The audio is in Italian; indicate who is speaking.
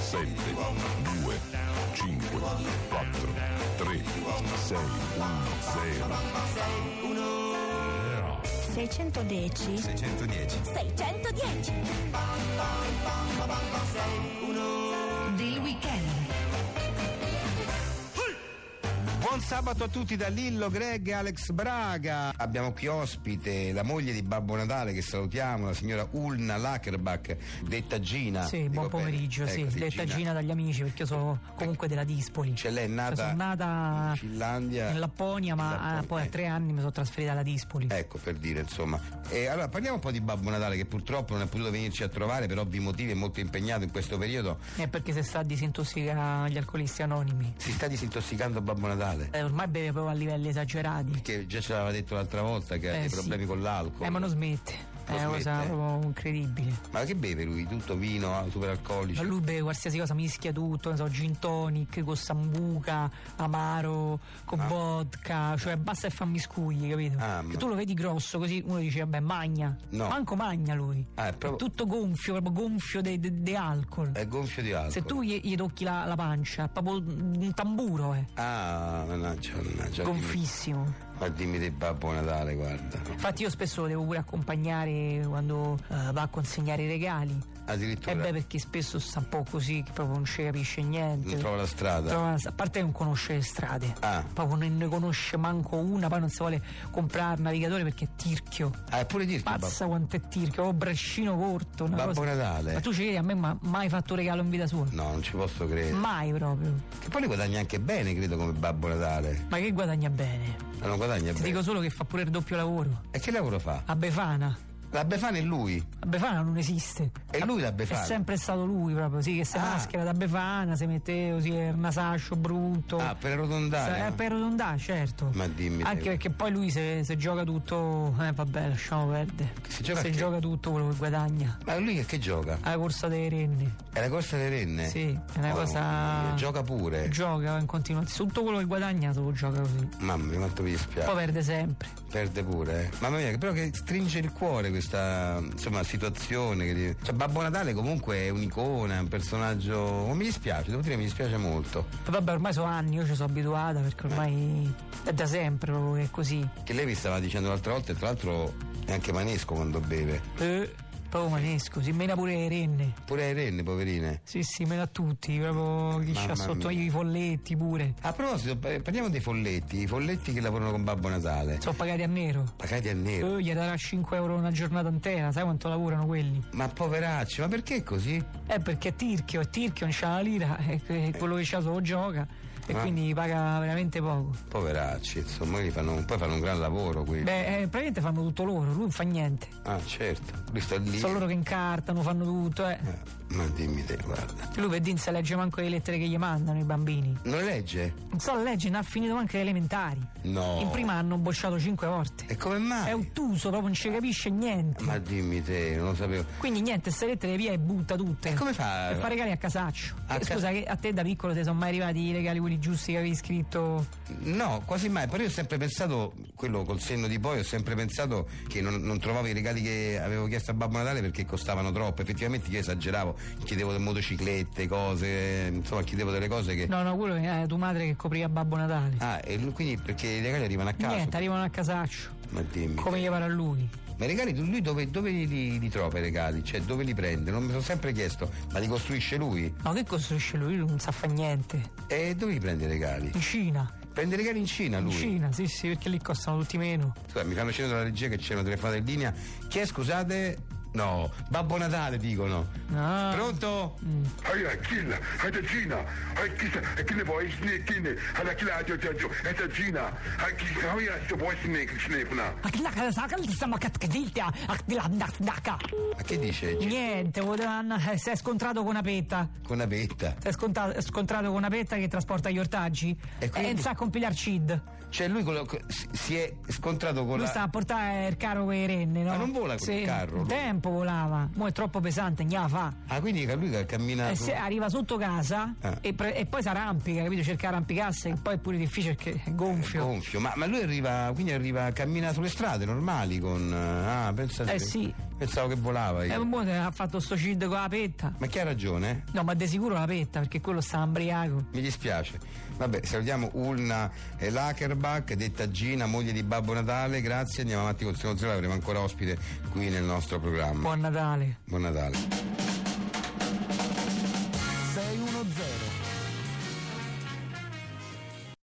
Speaker 1: 7, 2, 5, 4, 3, 6, 1,
Speaker 2: 610
Speaker 3: 610.
Speaker 2: 610
Speaker 4: Del weekend.
Speaker 3: Buon sabato a tutti da Lillo, Greg e Alex Braga. Abbiamo qui ospite la moglie di Babbo Natale che salutiamo, la signora Ulna Lakerbach, detta Gina.
Speaker 5: Sì,
Speaker 3: Ah, Dico
Speaker 5: buon
Speaker 3: bene?
Speaker 5: pomeriggio, sì,
Speaker 3: Ecco,
Speaker 5: detta Gina. dagli amici perché io sono comunque della Dispoli.
Speaker 3: Cioè lei è nata,
Speaker 5: sono nata
Speaker 3: in Finlandia.
Speaker 5: in Lapponia, ma
Speaker 3: In Lapponia,
Speaker 5: ah, poi a
Speaker 3: eh.
Speaker 5: tre anni mi sono trasferita alla Dispoli.
Speaker 3: Ecco, per dire, insomma. E allora parliamo un po' di Babbo Natale che purtroppo non è potuto venirci a trovare per ovvi motivi, è molto impegnato in questo periodo.
Speaker 5: È perché se sta disintossica gli alcolisti anonimi.
Speaker 3: Si sta disintossicando Babbo Natale?
Speaker 5: Eh, ormai beve proprio a livelli esagerati.
Speaker 3: Che già ce l'aveva detto l'altra volta che ha
Speaker 5: Eh,
Speaker 3: dei
Speaker 5: sì.
Speaker 3: problemi con l'alcol.
Speaker 5: Eh, ma non smette.
Speaker 3: Non
Speaker 5: è una cosa
Speaker 3: smette, eh.
Speaker 5: proprio incredibile.
Speaker 3: Ma che beve lui? Tutto vino, superalcolici?
Speaker 5: Ma Lui beve qualsiasi cosa, mischia tutto, ne so, gin tonic con sambuca, amaro, con
Speaker 3: Ah.
Speaker 5: vodka, cioè basta e fa miscugli, capito?
Speaker 3: Ah,
Speaker 5: Che
Speaker 3: ma-
Speaker 5: tu lo vedi grosso così uno dice vabbè magna,
Speaker 3: No.
Speaker 5: manco magna lui,
Speaker 3: Ah, è proprio-
Speaker 5: tutto gonfio, proprio gonfio di alcol.
Speaker 3: È gonfio di alcol.
Speaker 5: Se tu gli, gli tocchi la, la pancia, è proprio un tamburo, eh.
Speaker 3: Ah, mannaggia, mannaggia.
Speaker 5: Gonfissimo.
Speaker 3: dimmi- Ma dimmi di Babbo Natale, guarda.
Speaker 5: Infatti io spesso lo devo pure accompagnare quando eh, va a consegnare i regali.
Speaker 3: Addirittura
Speaker 5: Eh beh, perché spesso sta un po' così, che proprio non ci capisce niente.
Speaker 3: non trova la strada.
Speaker 5: Trova- a parte che non conosce le strade,
Speaker 3: Esatto. Ah.
Speaker 5: proprio non ne conosce manco una, poi non si vuole comprare il navigatore perché è tirchio.
Speaker 3: Ah, è pure dirti Babbo.
Speaker 5: Pazza quanto è tirchio, ho braccino corto. Una
Speaker 3: Babbo
Speaker 5: cosa-
Speaker 3: Natale.
Speaker 5: Ma tu ci credi a me ma mai fatto un regalo in vita sua?
Speaker 3: No, non ci posso credere.
Speaker 5: Mai proprio.
Speaker 3: Che poi lui guadagna anche bene, credo, come Babbo Natale.
Speaker 5: Ma che guadagna bene?
Speaker 3: Ma non guadagna
Speaker 5: Ti
Speaker 3: bene.
Speaker 5: dico Ah. solo che fa pure il doppio lavoro.
Speaker 3: E che lavoro fa?
Speaker 5: A Befana.
Speaker 3: La Befana è lui.
Speaker 5: La Befana non esiste.
Speaker 3: È lui la Befana.
Speaker 5: Ah, È sempre stato lui proprio, sì, che si
Speaker 3: Ah.
Speaker 5: maschera da Befana, si mette così il nasascio brutto.
Speaker 3: Ah, per arrotondare.
Speaker 5: Sa- eh,
Speaker 3: no?
Speaker 5: per arrotondare, certo.
Speaker 3: Ma dimmi te.
Speaker 5: Anche perché poi lui se, se gioca tutto. Eh, vabbè, lasciamo perdere.
Speaker 3: Si gioca
Speaker 5: se
Speaker 3: a che?
Speaker 5: gioca tutto quello che guadagna.
Speaker 3: Ma lui che, che gioca?
Speaker 5: Alla corsa dei renni.
Speaker 3: È la corsa delle renne?
Speaker 5: Sì, è una
Speaker 3: Oh,
Speaker 5: cosa-
Speaker 3: mamma mia, Gioca pure.
Speaker 5: Gioca in continuazione. Tutto quello che guadagna se lo gioca così.
Speaker 3: Mamma mia, quanto mi dispiace.
Speaker 5: Poi perde sempre.
Speaker 3: Perde pure, eh. Mamma mia, che- però che stringe il cuore questa insomma situazione. Che... ti- Cioè, Babbo Natale comunque è un'icona, è un personaggio. oh, mi dispiace, devo dire, che mi dispiace molto.
Speaker 5: Poi Vabbè, ormai sono anni, io ci sono abituata perché ormai è da sempre proprio che è così.
Speaker 3: Che lei mi stava dicendo l'altra volta, e tra l'altro è anche manesco quando beve.
Speaker 5: Eh, proprio manesco, si mena pure le renne.
Speaker 3: Pure ai renne, poverine.
Speaker 5: Sì, sì, me l'ha tutti, proprio chi
Speaker 3: Mamma
Speaker 5: c'ha sotto
Speaker 3: mia.
Speaker 5: i folletti pure.
Speaker 3: A proposito, pa- parliamo dei folletti, i folletti che lavorano con Babbo Natale.
Speaker 5: Sono pagati a nero.
Speaker 3: Pagati a nero.
Speaker 5: Eh, gli darà 5 euro una giornata intera, sai quanto lavorano quelli?
Speaker 3: Ma poveracci, ma perché così?
Speaker 5: Eh, perché è tirchio, è tirchio, non c'ha la lira, e que- quello che c'ha solo gioca, e
Speaker 3: Eh. Ah.
Speaker 5: quindi paga veramente poco.
Speaker 3: Poveracci, insomma, quelli fanno, poi fanno un gran lavoro quelli.
Speaker 5: Beh, eh, praticamente fanno tutto loro, lui non fa niente.
Speaker 3: Ah, certo, lui sta lì.
Speaker 5: Sono loro che incartano, fanno tutto, eh.
Speaker 3: Eh, ma dimmi te, guarda.
Speaker 5: Lui per din se legge manco le lettere che gli mandano i bambini.
Speaker 3: Non legge?
Speaker 5: Non so, legge, non ha finito manco le elementari.
Speaker 3: No.
Speaker 5: In prima hanno bocciato 5 volte.
Speaker 3: E come mai?
Speaker 5: È ottuso, proprio non ci capisce niente.
Speaker 3: Ma dimmi te, non lo sapevo.
Speaker 5: Quindi niente, se lettere via e butta tutte.
Speaker 3: E come fa?
Speaker 5: Per fare regali a casaccio.
Speaker 3: A
Speaker 5: Eh,
Speaker 3: ca-
Speaker 5: Scusa, che a te da piccolo ti sono mai arrivati i regali quelli giusti che avevi scritto?
Speaker 3: No, quasi mai, però io ho sempre pensato, quello col senno di poi, ho sempre pensato che non, non trovavo i regali che avevo chiesto a Babbo Natale perché costavano troppo. Effettivamente io esageravo, chiedevo delle motociclette, cose, insomma, chiedevo delle cose che.
Speaker 5: No, no, quello è eh, tua madre che copriva Babbo Natale.
Speaker 3: Ah, e lui- quindi perché i regali arrivano a casa?
Speaker 5: Niente, arrivano a casaccio.
Speaker 3: Ma dimmi.
Speaker 5: Come gli pare a lui.
Speaker 3: Ma i regali lui dove, dove li, li- li trova i regali? Cioè dove li prende? Non mi sono sempre chiesto, ma li costruisce lui?
Speaker 5: No, che costruisce lui? Lui non sa fare niente.
Speaker 3: E dove li prende i regali?
Speaker 5: In Cina.
Speaker 3: Prende i regali in Cina
Speaker 5: In
Speaker 3: lui.
Speaker 5: Cina, sì, sì, perché lì costano tutti meno.
Speaker 3: Scusa, mi fanno scendere dalla regia che c'è una telefonata in linea. Chi è, scusate? No, Babbo Natale dicono.
Speaker 5: Ah.
Speaker 3: Pronto?
Speaker 6: Aia, Gina, è da Gina, è chissà, è che ne vuoi, snake, è la chilaggio, è da Gina, è chissà, aia, se vuoi snake, snake, no.
Speaker 3: Ma che dice?
Speaker 5: Niente, volevano- eh, si è scontrato con una petta.
Speaker 3: Con una petta.
Speaker 5: Si è sconta- scontrato con una petta che trasporta gli ortaggi
Speaker 3: E
Speaker 5: e,
Speaker 3: quindi-
Speaker 5: non sa compilar CID.
Speaker 3: Cioè lui con la- co- si si è scontrato con
Speaker 5: Lui
Speaker 3: la.
Speaker 5: sta a portare il carro con i renne, no?
Speaker 3: Ma non vola col carro, lui.
Speaker 5: In tempo, tempo volava, mo è troppo pesante, gnava fa.
Speaker 3: Ah, quindi lui che ha camminato.
Speaker 5: Eh, se arriva sotto casa
Speaker 3: Ah.
Speaker 5: e, pre- e poi si arrampica, capito? Cerca di arrampicarsi, che poi è pure difficile perché è Eh, gonfio.
Speaker 3: Gonfio, ma, ma lui arriva, quindi arriva, cammina sulle strade normali con... Ah, pensate,
Speaker 5: Eh, sì.
Speaker 3: Pensavo che volava
Speaker 5: E
Speaker 3: io.
Speaker 5: un buon Eh, ha fatto sto cid con la petta.
Speaker 3: Ma chi ha ragione? eh?
Speaker 5: No, ma di sicuro la petta, perché quello sta ambriaco.
Speaker 3: Mi dispiace. Vabbè, salutiamo Ulna e Lakerbach, detta Gina, moglie di Babbo Natale, grazie, andiamo avanti con il secondo zero, avremo ancora ospite qui nel nostro programma.
Speaker 5: Buon Natale.
Speaker 3: Buon Natale.